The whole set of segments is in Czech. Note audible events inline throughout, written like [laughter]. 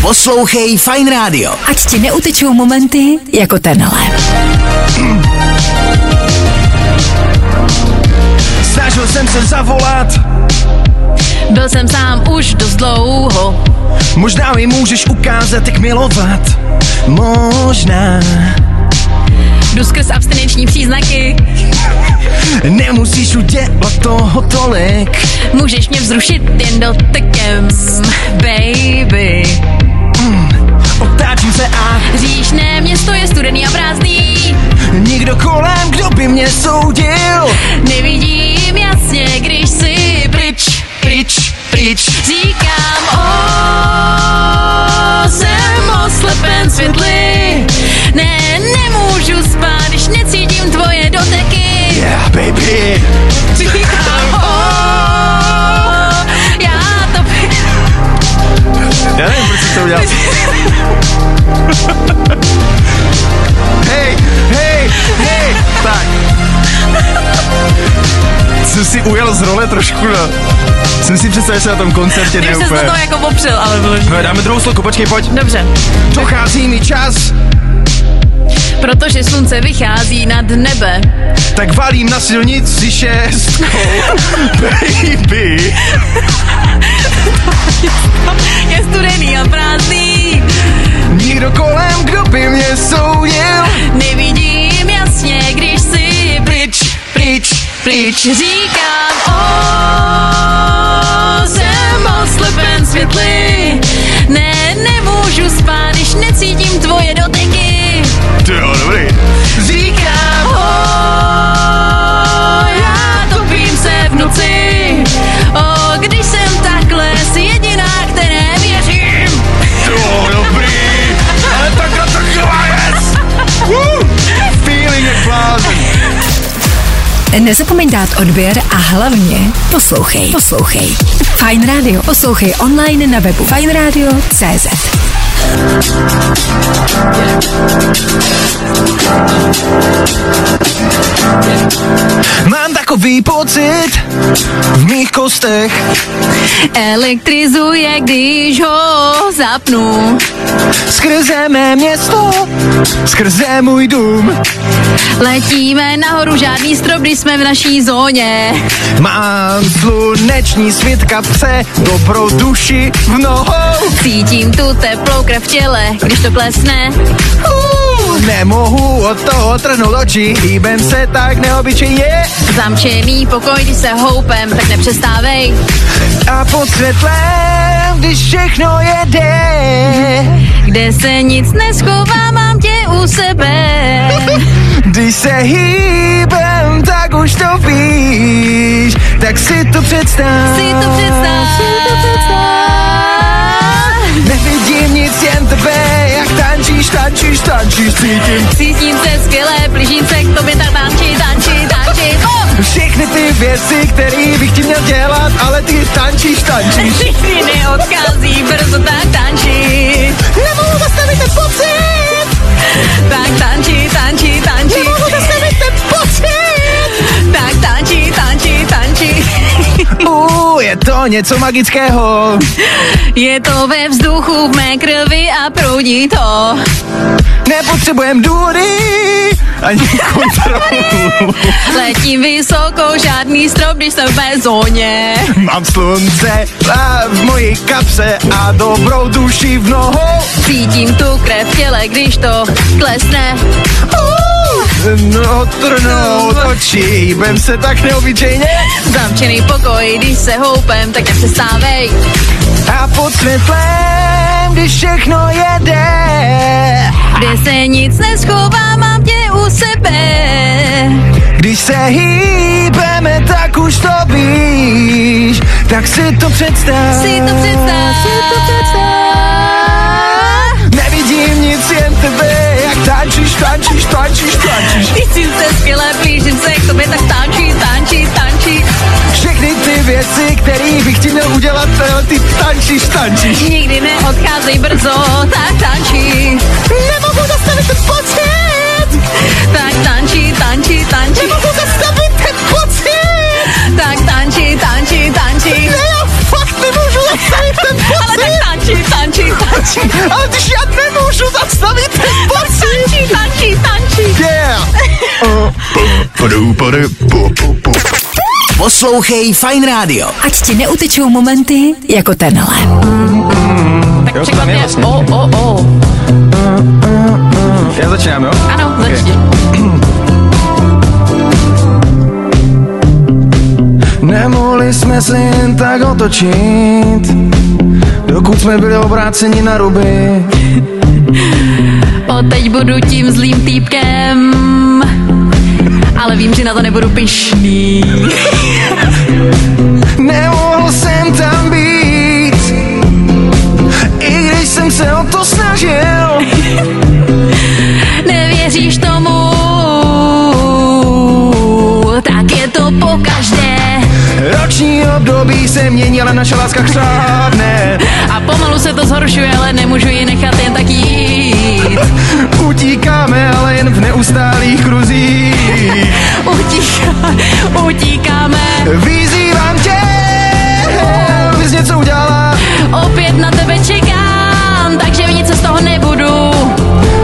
Poslouchej Fine Radio. Ať ti neutečou momenty jako tenhle. Snažil jsem se zavolat, Byl jsem sám už dost dlouho, možná mi můžeš ukázat, jak milovat. Možná jdu skrz abstinenční příznaky, nemusíš udělat toho tolik. můžeš mě vzrušit jen dotykem, baby. Otáčím se a Říšné město je studený a prázdný, nikdo kolem, kdo by mě soudil. nevidím jasně, když si pryč, pryč, Pryč, Říkám, o, jsem oslepen světly, ne, nemůžu spát, když necítím tvoje doteky. yeah baby. Říkám, o, já to Já nevím, proč jsi to udělal. [laughs] hej, hej, hej, tak. Jsem si ujel z role trošku, no. Jsem si představil, že se na tom koncertě Ty už ne jsi úplně. to jako popřel, ale vyloženě. No, Dáme druhou sloku, počkej, pojď. Dobře, Dochází mi čas, protože slunce vychází nad nebe. tak valím na silnici [laughs] šestkou. Baby. Je studený a prázdný, Nikdo kolem, kdo by mě soudil. nevidím jasně, když si pryč, pryč, pryč. Říkám, o, jsem oslepen světly, ne, nemůžu spát, když necítím tvoje doteky. To jo, dobrý. Říkám, ho, Oh, já topím se v noci, o, když jsem takhle, jsi jediná, které věřím. Jo, dobrý, ale takhle to yes. Woo! Feeling je blázen. Nezapomeň dát odběr a hlavně poslouchej. Poslouchej. Fine Radio. Poslouchej online na webu fineradio.cz Mám takový pocit v mých kostech, Elektrizuje, když ho zapnu, skrze mé město, skrze můj dům. letíme nahoru, žádný strop, když jsme v naší zóně. Mám sluneční svitka pse, dobrou duši v nohou. Cítím tu teplou krev v těle, když to klesne. Uh, Nemohu od toho otrhnout oči, líbem se tak neobyčejně zamčený pokoj, když se houpem, tak nepřestávej. a pod světlem, když všechno jede. Kde se nic neschová, mám tě u sebe. Když se hýbem, tak už to víš, tak si to představ. Si to představ. Nevidím nic, jen tebe, jak tančíš, tančíš, tančíš, cítím Cítím se skvěle, blížím se k tobě, tak tanči, tanči, tanči. Oh! všechny ty věci, které bych ti měl dělat, ale ty tančíš, tančíš. Všichni neodchází, brzo tak tanči. Nemohu zastavit ten pocit. Tak tanči, tanči, tanči. Nemohu zastavit ten pocit. Tak tanči, tanči, tanči. U, je to něco magického, Je to ve vzduchu, v mé krvi a proudí to. nepotřebujem důvody, ani kontrolu. Letím vysoko, žádný strop, když jsem ve zóně. Mám slunce a v mojí kapse a dobrou duši v nohou. Cítím tu krev v těle, když to klesne. Uh, No, trnout očí, bem se tak neobyčejně zamčený pokoj, když se houpem, tak nepřestávej. a pod světlem, když všechno jede. Kde se nic neschová, mám tě u sebe. Když se hýbeme, tak už to víš, tak si to představ. Si to představ, si to představ. Nevidím nic, jen tebe, jak tančíš, tančíš, tančíš, tančíš. Ty cizince, skvělé plížince, k tobě tak tančí, tančí, tančí. Všechny ty věci, které bych ti měl udělat, tyhle ty tančíš, tančíš. Nikdy neodcházej brzo, tak tančí. Nemohu zastavit ten pocit. Tak tančí, tančí, tančí. Nemohu zastavit ten pocit. Tak tančí, tančí, tančí. Ne, já fakt nemůžu zastavit ten pocit. [laughs] Ale tak tančí, tančí, tančí. Ale když já nemůžu zastavit ten Tak tančí, tančí, tančí. Yeah. Pdu, pdu, pu, pu, pu. Poslouchej Fine Radio. Ať ti neutečou momenty jako tenhle. Tak překvapně, o, o, o. Já začínám, jo? Ano, začni. Nemohli jsme se jen tak otočit, dokud jsme byli obráceni na ruby. O, teď budu tím zlým týpkem. Ale vím, že na to nebudu pišný. Nemohl jsem tam být, i když jsem se o to snažil. Nevěříš tomu, tak je to po každé. Roční období se mění, ale naše láska křávne. A pomalu se to zhoršuje, ale nemůžu ji nechat jen tak jít. Utíkáme, ale jen v neustálých kruzích. Utíká, utíkáme, Vyzývám tě, abys něco udělala. opět na tebe čekám, takže nic z toho nebudu.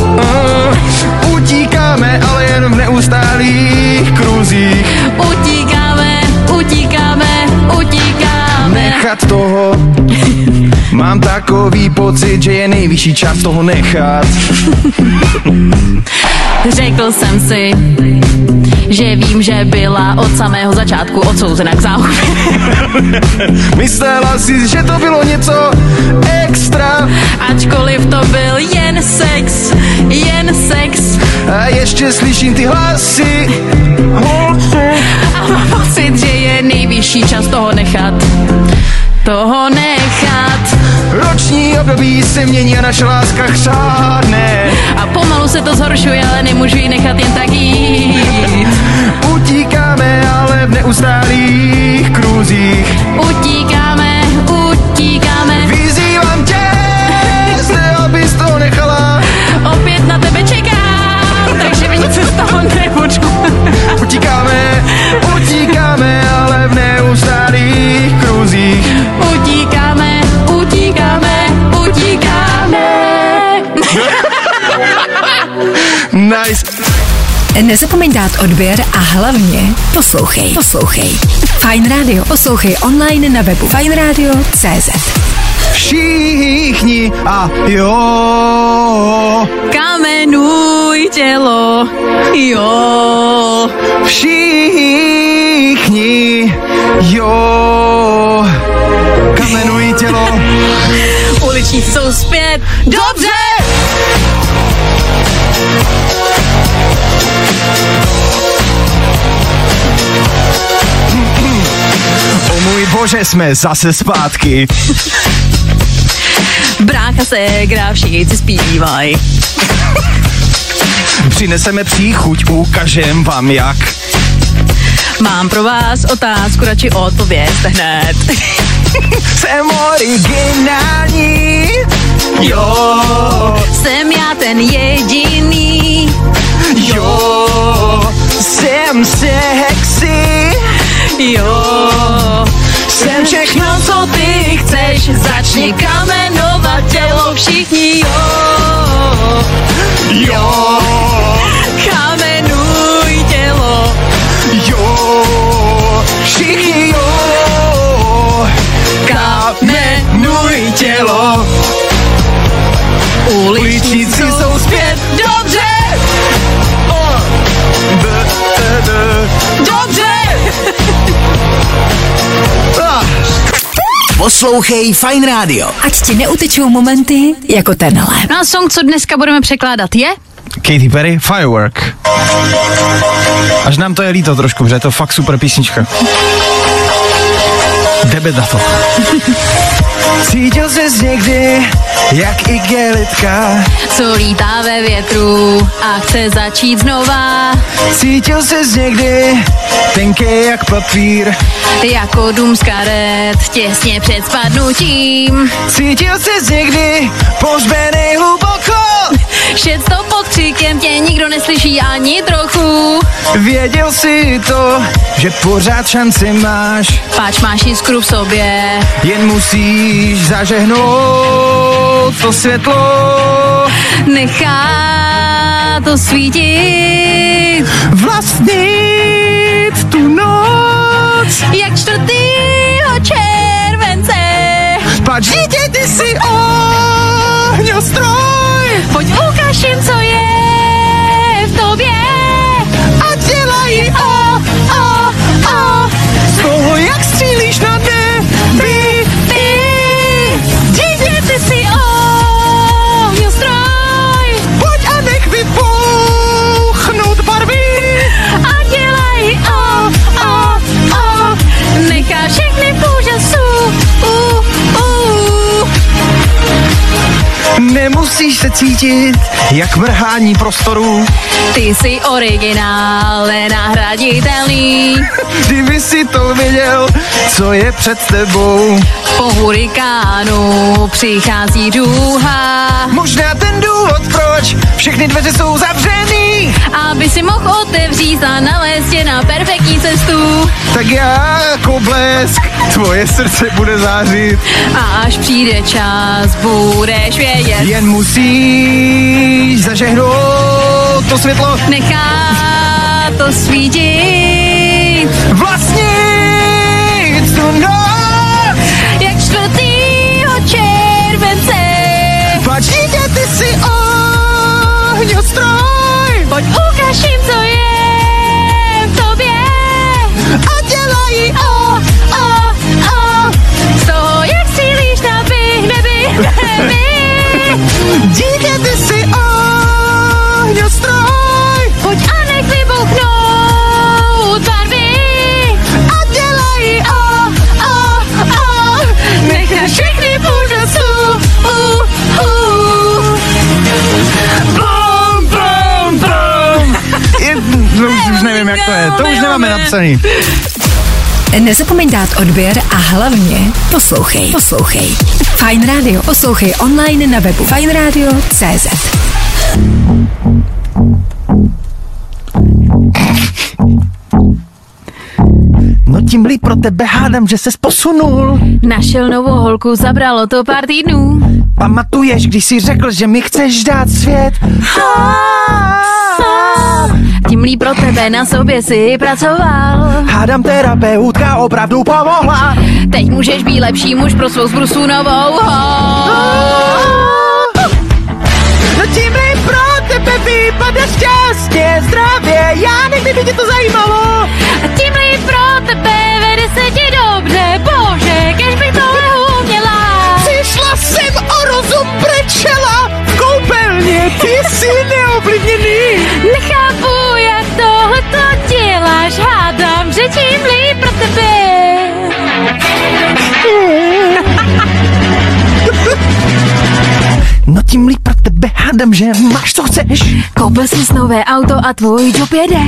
Uh, Utíkáme, ale jen v neustálých kruzích. Utíkáme, utíkáme, utíkáme. Nechat toho. Mám takový pocit, že je nejvyšší čas toho nechat. Řekl jsem si, že vím, že byla od samého začátku odsouzena k záhubě. Myslela jsi, že to bylo něco extra Ačkoliv to byl jen sex, jen sex a ještě slyším ty hlasy. Holce. A mám pocit, že je nejvyšší čas toho nechat Toho nechat Roční období se mění a naše láska chřádne. A pomalu se to zhoršuje, ale nemůžu ji nechat jen tak jít Utíkáme, ale v neustálých kruzích. Utíkáme, utíkáme Vyzývám tě, zde abys to nechala. Opět na tebe čekám Takže mi nic z toho nebudu Utíkáme, utíkáme, ale v neustálých kruzích. Utíkáme, utíkáme, utíkáme Nice. Nezapomeň dát odběr a hlavně poslouchej. Poslouchej. Fine Radio. Poslouchej online na webu fineradio.cz. Všichni a jo. Kamenuj tělo, jo Všichni jo. Kamenují tělo. Uličníci jsou zpět. Dobře! O můj bože, jsme zase zpátky. Brácha se hrá, všichni zpívají. Přineseme příchuť, ukážem vám jak. Mám pro vás otázku, radši odpovězte hned. [laughs] Jsem originální. Jo, Jsem já ten jediný, jo, jsem sexy. jo. Jsem všechno, co ty chceš, začni kamenovat tělo všichni, jo. Jo, Kamenuj tělo, jo, všichni jo. Kamenuj tělo, uličníci jsou zpět. Dobře, Oh. D, d, d. dobře. Ah. Poslouchej Fine Radio. Ať ti neutečou momenty jako tenhle. No a song, co dneska budeme překládat, je? Katy Perry, Firework. Až nám to je líto trošku, protože je to fakt super písnička. Debet na to. Cítil jsi někdy, jak igelitka, co lítá ve větru a chce začít znova, cítil jsi někdy, tenký jak papír, jako dům z karet, těsně před spadnutím. cítil jsi někdy, pohřbený hluboko, Šet to pod křikem, tě nikdo neslyší ani trochu. věděl jsi to, že pořád šanci máš, Páč máš jiskru v sobě, jen musíš zažehnout to světlo, nechá to svítit, vlastnit tu noc, jak čtvrtýho července. pač dítě ty jsi ohňostroj, Pojď ukáž jim, co je v tobě. a dělají o, o, o. Z toho, jak střílíš na nebi, Ty, dítě, ty jsi ohňostroj. pojď a nech vypouchnout barvy. a dělají o, o, o. Nechá všechny v úžasu, u, u. Nemusíš se cítit, jak mrhání prostoru, Ty jsi originál, nenahraditelný. kdyby si to viděl, co je před tebou. Po hurikánu přichází důha, Možná ten důvod, proč všechny dveře jsou zavřený, aby si mohl otevřít a nalézt tě na perfektní cestu. tak já jako blesk tvoje srdce bude zářit. A až přijde čas, budeš vědět. Jen musíš zažehnout to světlo Nechá to svítit, vlastnit tu noc. jak čtvrtýho července. Pač dítě, ty jsi ohňostroj Pojď ukáž jim, co je v tobě a dělají O, o, o Z toho, jak sílíš na bych [laughs] nebi, nebi Dítě, ty jsi ohňostroj Pojď a nech vybouchnout barvy A dělají o, o, o Necháš všechny v úžasu u, u. Bum, bum, bum Je, to už, už nevím, jak to je, to už nemáme napsaný Nezapomeň dát odběr a hlavně poslouchej. Poslouchej. Fine Radio. Poslouchej online na webu fineradio.cz No tím líp pro tebe hádám, že ses posunul Našel novou holku, zabralo to pár týdnů Pamatuješ, když jsi řekl, že mi chceš dát svět Tím líp pro tebe, na sobě si pracoval Hádám terapeutka opravdu pomohla Teď můžeš být lepší muž pro svou zbrusu novou ho. No tím líp pro tebe vypadá šťastně, zdravě, já nikdy by tě to zajímalo. A tím líp pro tebe vede se ti dobře, bože, kež bych tohle uměla. Přišla jsem o rozum brečela v koupelně, ty jsi neovlivněný. Nechápu, jak tohle to děláš, hádám, že tím líp pro tebe. No tím líp pro tebe hádám, že máš co chceš, Koupil jsi nové auto a tvůj job jede.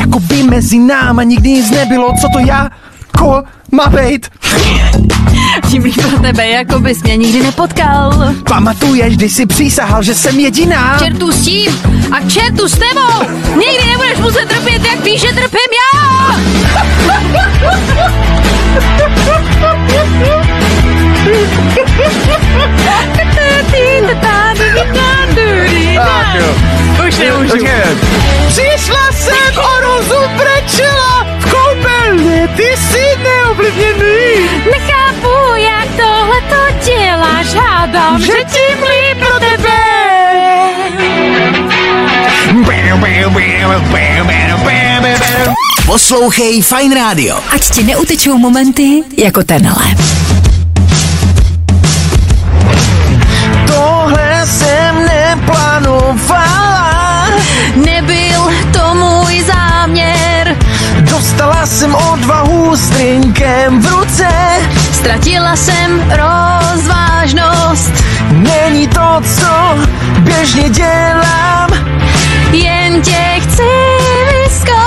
jako by mezi náma nikdy nic nebylo, co to já, ko, má být. [laughs] Tím líp pro tebe, jako bys mě nikdy nepotkal. Pamatuješ, když jsi přísahal, že jsem jediná? Čertu s tím a k čertu s tebou. Nikdy nebudeš muset trpět, jak víš, že trpím já. Tak jo. Už nemůžu. Přišla jsem o rozum brečela v koupelně, ty jsi neovlivněný. Nechápu, jak tohle to děláš, hádám, že tím líp pro tebe. Poslouchej Fine Radio. Ať ti neutečou momenty jako tenhle. Tohle jsem neplánovala, Nebyl to můj záměr, dostala jsem odvahu s drinkem v ruce. Ztratila jsem rozvážnost, Není to, co běžně dělám, jen tě chci vyzkoušet.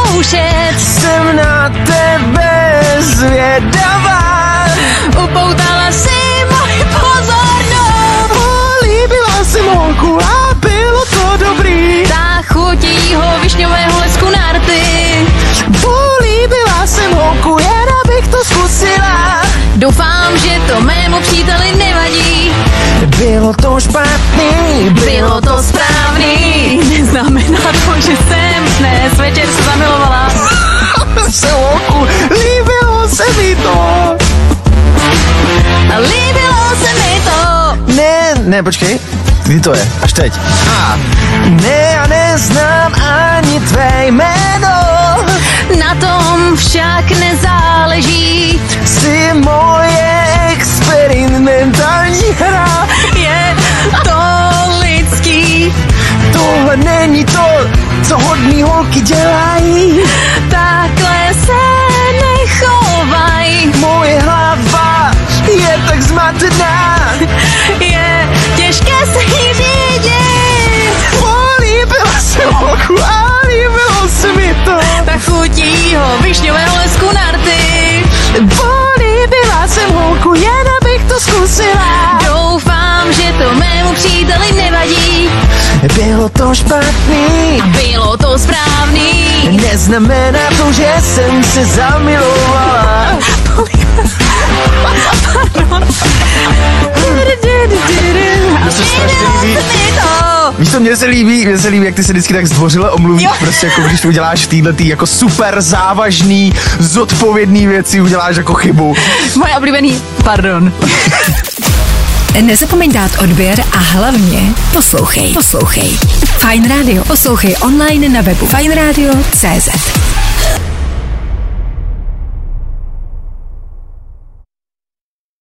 jsem na tebe zvědavá. Upoutala si moji pozornost, Líbila si holku a bylo to dobrý. ta chuť jejího višňového lesku na rty. Políbila jsem holku, jen abych to zkusila. Doufám, že to mému příteli nevadí, Bylo to špatný, bylo to správný. Neznamená to, že jsem dnes večer se zamilovala. se holku, líbilo se mi to. A líbilo se mi to. Ne, ne, počkej. Kdy to je? Až teď. A. Ne, já neznám ani tvé jméno. Na tom však nezáleží, Jsi moje experimentální hra. je to lidský, Tohle není to, co hodný holky dělají. takhle se nechovaj, Moje hlava je tak zmatená. je těžké se jí řídit. Políbila jsem holku a líbilo se mi to. Ta chutí ho višňového lesku na rty. Políbila jsem holku, jen abych to zkusila. Doufám, že to mému příteli nevadí, Bylo to špatný, bylo to správný. neznamená to, že jsem se zamilovala. A líbilo se mi to. Víš, to mně se líbí, mně se líbí, jak ty se vždycky tak zdvořile omluvíš, Jo. prostě jako když uděláš tyhle tý jako super závažný, zodpovědný věci, uděláš jako chybu. Moje oblíbený, pardon. Nezapomeň dát odběr a hlavně poslouchej. Poslouchej. Fine Radio. Poslouchej online na webu fineradio.cz.